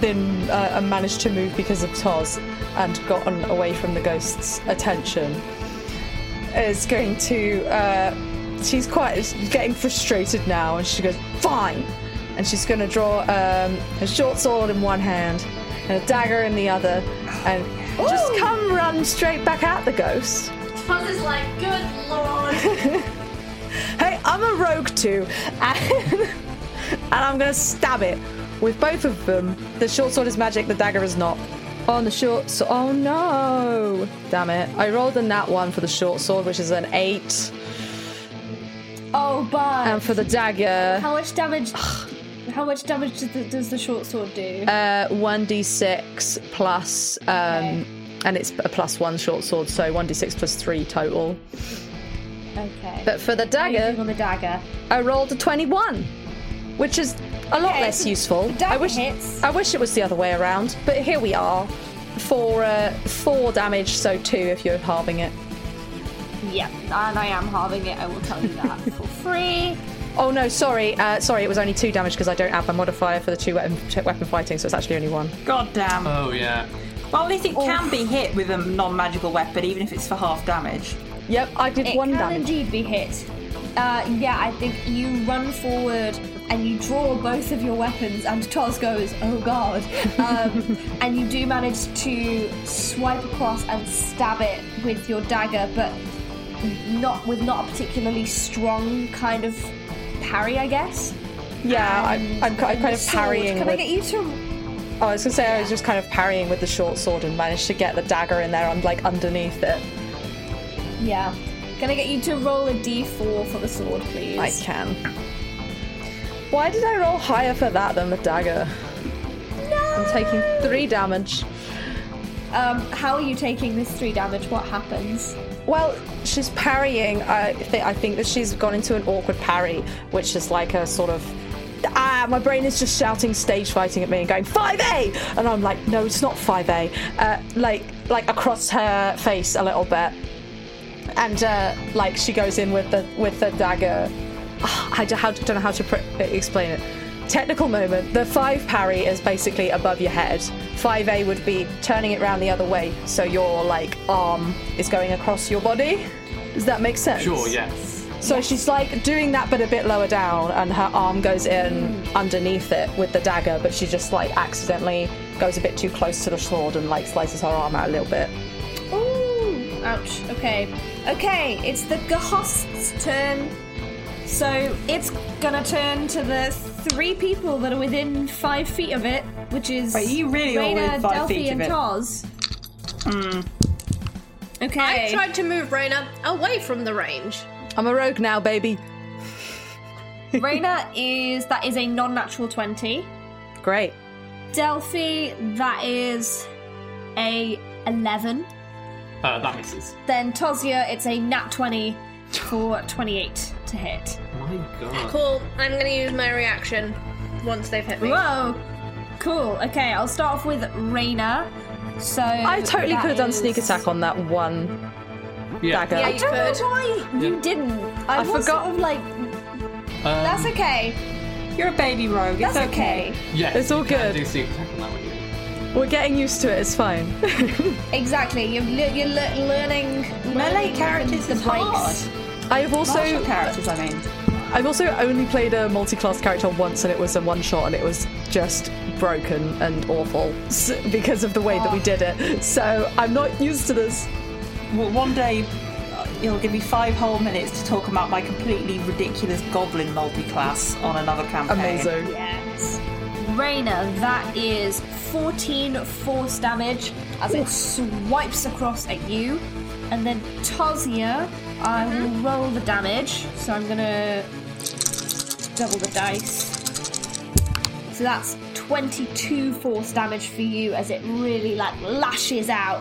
H: been uh, managed to move because of Toz and gotten away from the ghost's attention, is going to. Uh, she's quite she's getting frustrated now, and she goes fine, and she's going to draw um, a short sword in one hand and a dagger in the other, and just come run straight back at the ghost.
G: Toz is like, good lord.
H: Hey, I'm a rogue too, and, and I'm gonna stab it with both of them. The short sword is magic, the dagger is not. On the short sword. Oh no! Damn it. I rolled a nat one for the short sword, which is an eight.
A: Oh, but
G: Um,
H: And for the dagger.
A: how much damage? how much damage does the, does the short sword do?
H: Uh, 1d6 plus, um, and it's a plus one short sword, so 1d6 plus three total.
A: okay.
H: But for the dagger,
A: on the dagger,
H: I rolled a 21, which is a lot less useful. I wish I wish it was the other way around, but here we are. For uh, four damage, so two if you're halving it.
A: yeah, and I am halving it. I will tell you that for free.
H: Oh no, sorry, uh, sorry, it was only two damage because I don't add my modifier for the two weapon, weapon fighting, so it's actually only one.
D: God damn.
B: Oh yeah.
D: Well, at least it can be hit with a non-magical weapon, even if it's for half damage.
H: Yep, I did
A: it
H: one
A: can
H: damage.
A: indeed be hit. Uh, yeah, I think you run forward and you draw both of your weapons, and Toz goes, "Oh God!" Um, and you do manage to swipe across and stab it with your dagger, but not with not a particularly strong kind of parry, I guess.
H: Yeah, I'm, I'm, ki- I'm kind
A: The
H: of
A: sword-
H: parrying.
A: Can I
H: with-
A: get you to
H: Oh, I was gonna say I was just kind of parrying with the short sword and managed to get the dagger in there and like underneath it.
A: Yeah. Can I get you to roll a d4 for the sword, please?
H: I can. Why did I roll higher for that than the dagger? No! I'm taking three damage.
A: Um, how are you taking this three damage? What happens?
H: Well, she's parrying. I think I think that she's gone into an awkward parry, which is like a sort of ah. My brain is just shouting stage fighting at me and going five A, and I'm like, no, it's not five A. Uh, like like across her face a little bit, and uh, like she goes in with the with the dagger. Ah, I don't, how, don't know how to pr- explain it. Technical moment. The five parry is basically above your head. Five A would be turning it round the other way, so your like arm is going across your body. Does that make sense?
B: Sure. Yes.
H: So she's like doing that, but a bit lower down, and her arm goes in underneath it with the dagger, but she just like accidentally goes a bit too close to the sword and like slices her arm out a little bit.
A: Ooh, ouch. Okay. Okay, it's the Gehost's turn. So it's gonna turn to the three people that are within five feet of it, which is
D: Wait, you really are
A: Raina,
D: within five
A: Delphi,
D: feet of
A: and
D: it.
A: Toz. Hmm. Okay.
G: I tried to move Raina away from the range.
H: I'm a rogue now, baby.
A: Raina is that is a non-natural twenty.
H: Great.
A: Delphi, that is a eleven.
B: Uh, that misses.
A: Then Tosia, it's a nat 20 for 28 to hit.
B: My God.
G: Cool. I'm gonna use my reaction once they've hit me.
A: Whoa! Cool. Okay, I'll start off with Raina. So
H: I totally
A: that
H: could have done
A: is-
H: sneak attack on that one
B: Yeah.
H: dagger.
A: I don't know why you
H: Yeah.
A: didn't. I,
H: I
A: was
H: forgot-
A: Sort of like
B: Um,
A: that's okay.
D: You're a baby rogue.
A: That's okay.
B: Yes.
H: It's all
B: you can
H: good.
B: Do sneak attack on that one.
H: We're getting used to it. It's fine.
A: Exactly. You're le- you're le- learning
D: Melee characters
A: the
D: is
A: breaks.
D: hard.
H: I've also
D: Martial characters, I mean.
H: I've also only played a multi-class character once, and it was a one-shot, and it was just broken and awful s- because of the way that we did it. So I'm not used to this.
D: Well, one day uh, you'll give me five whole minutes to talk about my completely ridiculous goblin multi-class on another campaign.
H: Amazing.
A: Yes. Raina, that is 14 force damage as it swipes across at you. And then Tosia, I will
D: Mm-hmm.
A: roll the damage. So I'm gonna double the dice. So that's 22 force damage for you as it really like lashes out.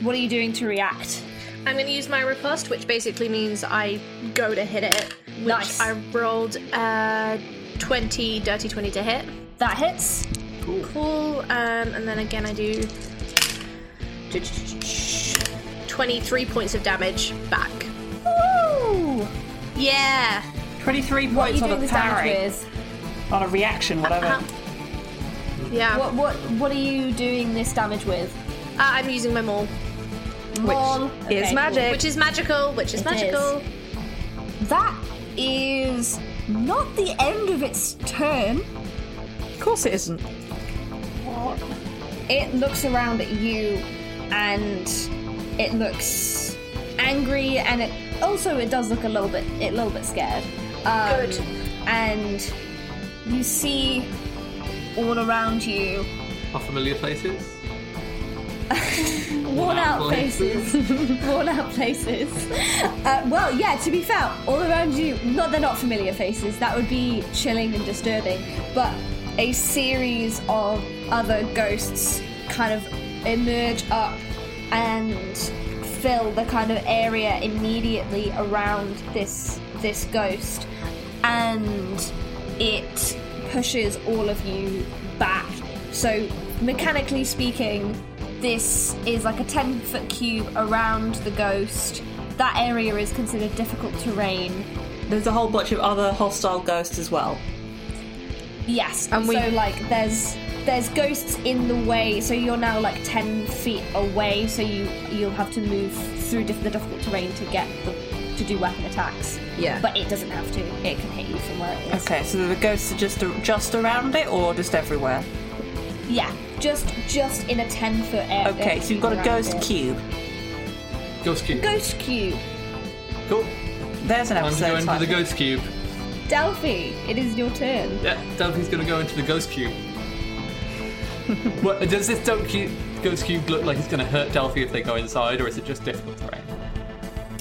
A: What are you doing to react?
G: I'm gonna use my riposte, which basically means I go to hit it. Which
A: Nice.
G: I rolled uh, 20, dirty 20 to hit.
A: That hits.
B: Cool.
G: Cool. Um, and then again, I do 23 points of damage back.
A: Woo!
G: Yeah.
D: 23
G: What are
D: points
G: you
D: on
G: doing
D: a
G: this damage
D: parry.
A: with?
D: On a reaction, whatever.
G: Uh-huh. Yeah.
A: What what what are you doing this damage with?
G: Uh, I'm using my maul.
A: Maul.
H: is
A: Okay,
H: magic.
G: Which is magical, which is
A: It
G: magical.
A: That is not the end of its turn.
H: Of course, it isn't.
A: It looks around at you and it looks angry and it also it does look a little bit a little bit scared. Um, Good. And you see all around you.
B: Are familiar places?
A: Worn out places. Worn out places. Uh, well, yeah, to be fair, all around you, not they're not familiar faces. That would be chilling and disturbing. But a series of other ghosts kind of emerge up and fill the kind of area immediately around this this ghost. And it pushes all of you back. So, mechanically speaking, this is like a 10 foot cube around the ghost. That area is considered difficult terrain.
D: There's a whole bunch of other hostile ghosts as well.
A: Yes, and so like there's there's ghosts in the way, so you're now like 10 feet away, so you you'll have to move through diff- the difficult terrain to get the, to do weapon attacks.
D: Yeah.
A: but it doesn't have to. It can hit you from where it is.
D: Okay, so the ghosts are just just around it or just everywhere?
A: Yeah, just just in a 10 foot area.
D: Okay, so you've got a
A: around
D: ghost
A: it.
D: cube.
B: Ghost Cube.
A: Ghost cube.
B: Cool.
D: There's an
B: I'm
D: episode.
B: going to the
D: title.
B: Ghost Cube.
A: Delphi, it is your turn.
B: Yeah, Delphi's going to go into the Ghost Cube. what, does this Don't Cube, Ghost Cube look like it's going to hurt Delphi if they go inside, or is it just difficult terrain?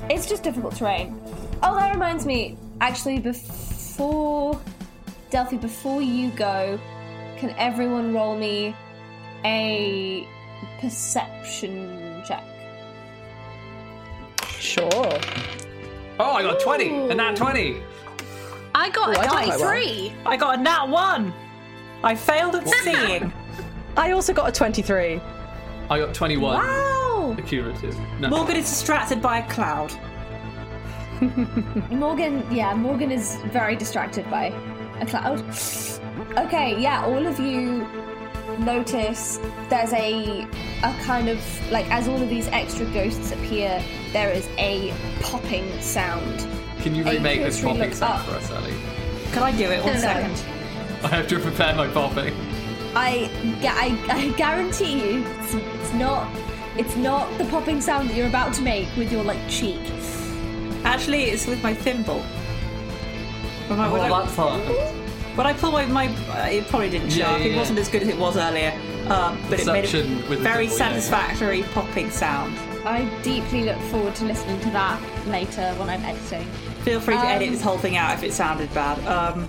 A: It's just difficult terrain. Oh, that reminds me. Actually, before Delphi, before you go, can everyone roll me a perception check?
H: Sure.
B: Oh, I got 20! And that 20!
D: I
B: got a Ooh, I did quite well. 23.
D: I got a nat one. I failed at seeing.
H: I also got a 23.
B: I got 21.
A: Wow!
B: Accumulative. No.
D: Morgan is distracted by a cloud.
A: Morgan, yeah, Morgan is very distracted by a cloud. Okay, yeah, all of you notice there's a a kind of like as all of these extra ghosts appear, there is a popping sound.
B: Can you
A: Hey,
B: remake this
A: Chris, we
B: popping
A: looked
B: sound
A: up.
B: for us, Ellie?
D: Can I do it? One
A: No.
D: second.
B: I have to prepare my popping.
A: I, gu- I, I guarantee you, it's, it's not, it's not the popping sound that you're about to make with your like cheek.
D: Actually, it's with my thimble. When I,
B: Oh,
D: when I-
B: that's fun.
D: When I pull my, my uh, it probably didn't show
B: Yeah,
D: up.
B: yeah,
D: it
B: yeah.
D: wasn't as good as it was earlier, um, but it
B: Perception
D: made a
B: with the
D: very
B: thimble, yeah, yeah.
D: satisfactory popping sound.
A: I deeply look forward to listening to that later when I'm editing.
D: Feel free to edit
A: Um,
D: this whole thing out if it sounded bad. Um,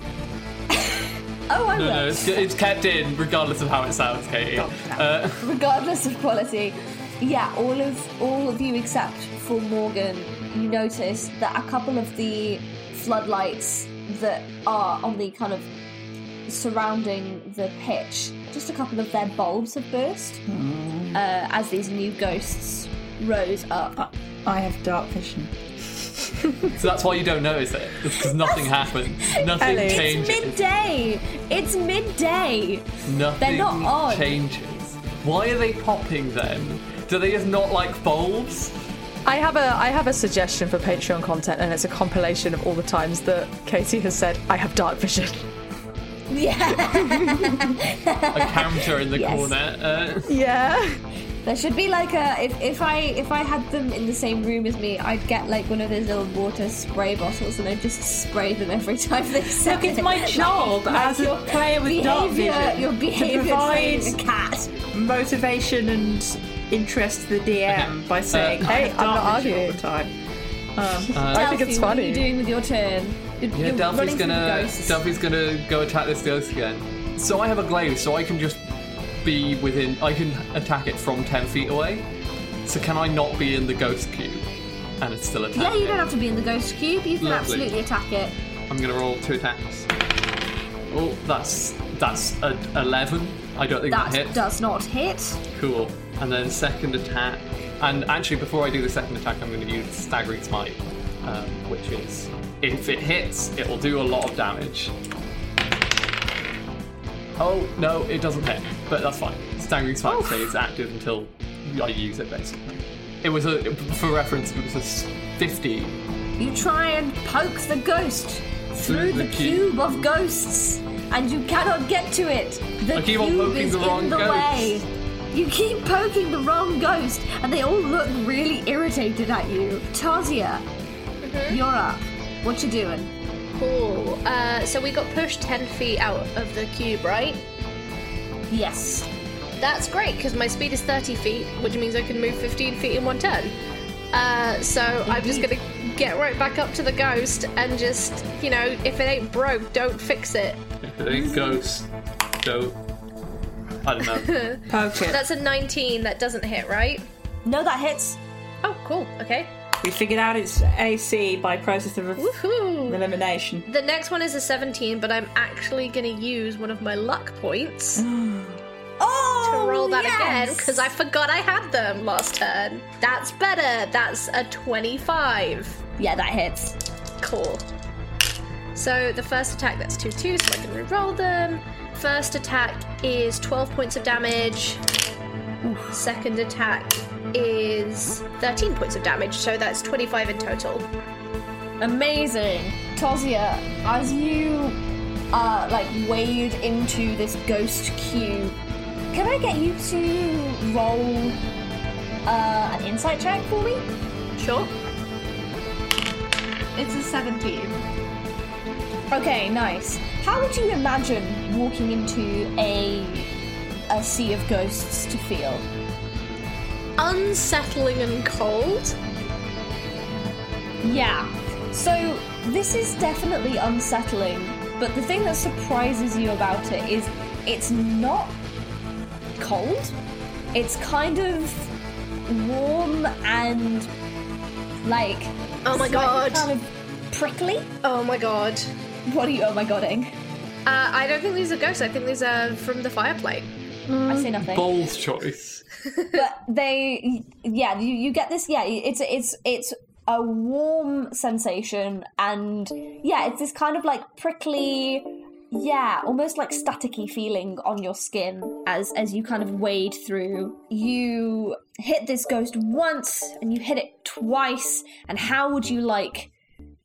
A: Oh, I
B: No,
A: will.
B: no, it's, it's kept in regardless of how it sounds, Katie. Uh,
A: regardless of quality. Yeah, all of all of you except for Morgan, you notice that a couple of the floodlights that are on the kind of surrounding the pitch, just a couple of their bulbs have burst uh, as these new ghosts rose up.
D: I have dark vision.
B: so that's why you don't notice it, because nothing happened. Nothing
A: it's
B: changes.
A: midday. It's midday.
B: Nothing
A: They're not on.
B: changes. Why are they popping then? Do they just not like bulbs?
H: I have a I have a suggestion for Patreon content, and it's a compilation of all the times that Katie has said I have dark vision.
B: A counter in the
A: Yes.
B: corner. Uh,
H: Yeah.
A: There should be like a if, if I if I had them in the same room as me, I'd get like one of those little water spray bottles and I'd just spray them every time they said
D: Look, it's my
A: it.
D: job
A: Like-
D: as
A: like
D: a
A: your
D: player with dark
A: behaviour-
D: vision
A: Your behavior
D: to provide
A: a cat.
D: motivation and interest to the DM by saying,
B: Uh,
D: "I
B: Hey,
D: have
B: I'm
D: dark
B: not
D: vision
B: arguing.
D: all the time." Um,
B: I think it's
A: Delphi, What are you doing with your turn? You're,
B: yeah,
A: you're
B: Delphi's
A: running through the
B: gonna
A: ghosts.
B: Delphi's gonna go attack this ghost again. So I have a glaive, so I can just be within. I can attack it from ten feet away. So can I not be in the ghost cube and it's still attack?
A: Yeah, you
B: it?
A: don't have to be in the ghost cube. You can
B: Lovely.
A: absolutely attack it.
B: I'm gonna roll two attacks. Oh, that's that's a eleven. I don't think that,
A: That
B: hits.
A: does not hit.
B: Cool. And then second attack. And actually, before I do the second attack, I'm going to use Staggering Smite, um, which is if it hits, it will do a lot of damage. Oh no, it doesn't hit, but that's fine. Staggering Smite stays active until I use it. Basically, it was a for reference, it was a s- fifty.
A: You try and poke the ghost
B: Through
A: through
B: the
A: the cube of ghosts, and you cannot get to it. The
B: I keep on
A: cube
B: poking
A: is
B: the wrong
A: in the
B: ghost.
A: way. You keep poking the wrong ghost, and they all look really irritated at you. Tarzia, you're up. What you doing?
G: Cool. Uh, so we got pushed 10 feet out of the cube, right?
A: Yes.
G: That's great because my speed is 30 feet, which means I can move 15 feet in one turn. Uh, so I'm just gonna get right back up to the ghost and just, you know, if it ain't broke, don't fix it.
B: If it ain't ghosts, don't. I don't know.
G: That's a 19. That doesn't hit, right?
A: No, that hits.
G: Oh, cool. Okay.
D: We figured out it's AC by process of
G: Woohoo.
D: elimination.
G: The next one is a 17, but I'm actually gonna use one of my luck points.
A: Oh,
G: to roll that again because I forgot I had them last turn. That's better. That's a 25.
A: Yeah, that hits.
G: Cool. So the first attack, that's 2 2, so I can re-roll them. First attack is 12 points of damage. Second attack is 13 points of damage, so that's 25 in total.
A: Amazing. Tosia, as you uh like wade into this ghost queue, can I get you to roll uh an insight check for me?
G: Sure. It's a 17.
A: Okay, nice. How would you imagine walking into a a sea of ghosts to feel?
G: Unsettling and cold.
A: Yeah. So this is definitely unsettling, but the thing that surprises you about it is it's not cold. It's kind of warm and like
G: Oh
A: slightly
G: my god.
A: kind of prickly.
G: Oh my god.
A: What are you oh my godding?
G: Uh, I don't think these are ghosts. I think these are from the fireplace.
A: I say nothing.
B: Bold choice.
A: but they yeah you, you get this yeah it's it's it's a warm sensation and yeah it's this kind of like prickly yeah almost like staticky feeling on your skin as as you kind of wade through you hit this ghost once and you hit it twice and how would you like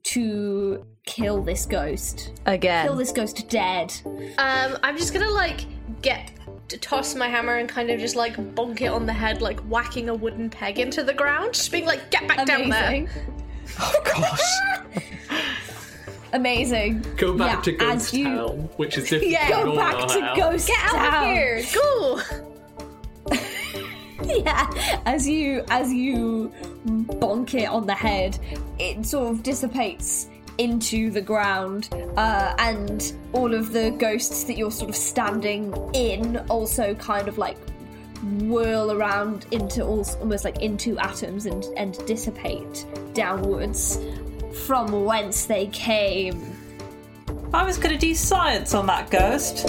A: to kill this ghost
H: Again.
A: kill this ghost dead
G: Um, I'm just gonna like get to toss my hammer and kind of just like bonk it on the head, like whacking a wooden peg into the ground, just being like, get back down there. Oh,
A: amazing
B: Go back
A: Yeah,
B: to
A: as
B: Ghost
A: you-
B: Town, which is different.
A: Yeah,
B: from
A: go
B: Normal
A: back to
B: Hell.
A: Ghost
G: Get out
A: Town.
G: of here! Go.
A: yeah as you as you bonk it on the head it sort of dissipates into the ground uh, and all of the ghosts that you're sort of standing in also kind of like whirl around into all, almost like into atoms and and dissipate downwards from whence they came
D: I was going to do science on that ghost.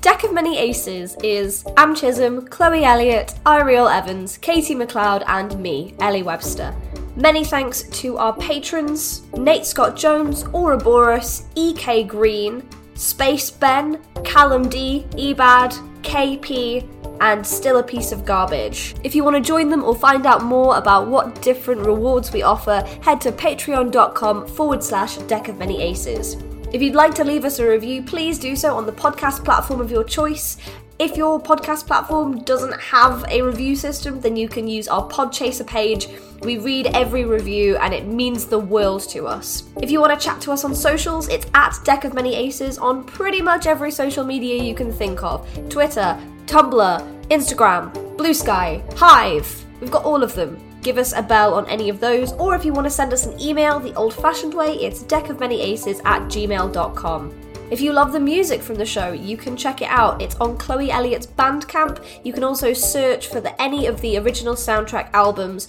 P: Deck of Many Aces is Am Chisholm, Chloe Elliott, Ariel Evans, Katie McLeod, and me, Ellie Webster. Many thanks to our patrons Nate Scott Jones, Ouroboros, EK Green, Space Ben, Callum D, Ebad, KP, and Still a Piece of Garbage. If you want to join them or find out more about what different rewards we offer, head to patreon.com forward slash deck of many aces. If you'd like to leave us a review, please do so on the podcast platform of your choice. If your podcast platform doesn't have a review system, then you can use our Podchaser page. We read every review and it means the world to us. If you want to chat to us on socials, it's at Deck of Many Aces on pretty much every social media you can think of Twitter, Tumblr, Instagram, Blue Sky, Hive. We've got all of them. Give us a bell on any of those, or if you want to send us an email the old fashioned way, it's deckofmanyaces at gmail.com. If you love the music from the show, you can check it out. It's on Chloe Elliott's Bandcamp. You can also search for the, any of the original soundtrack albums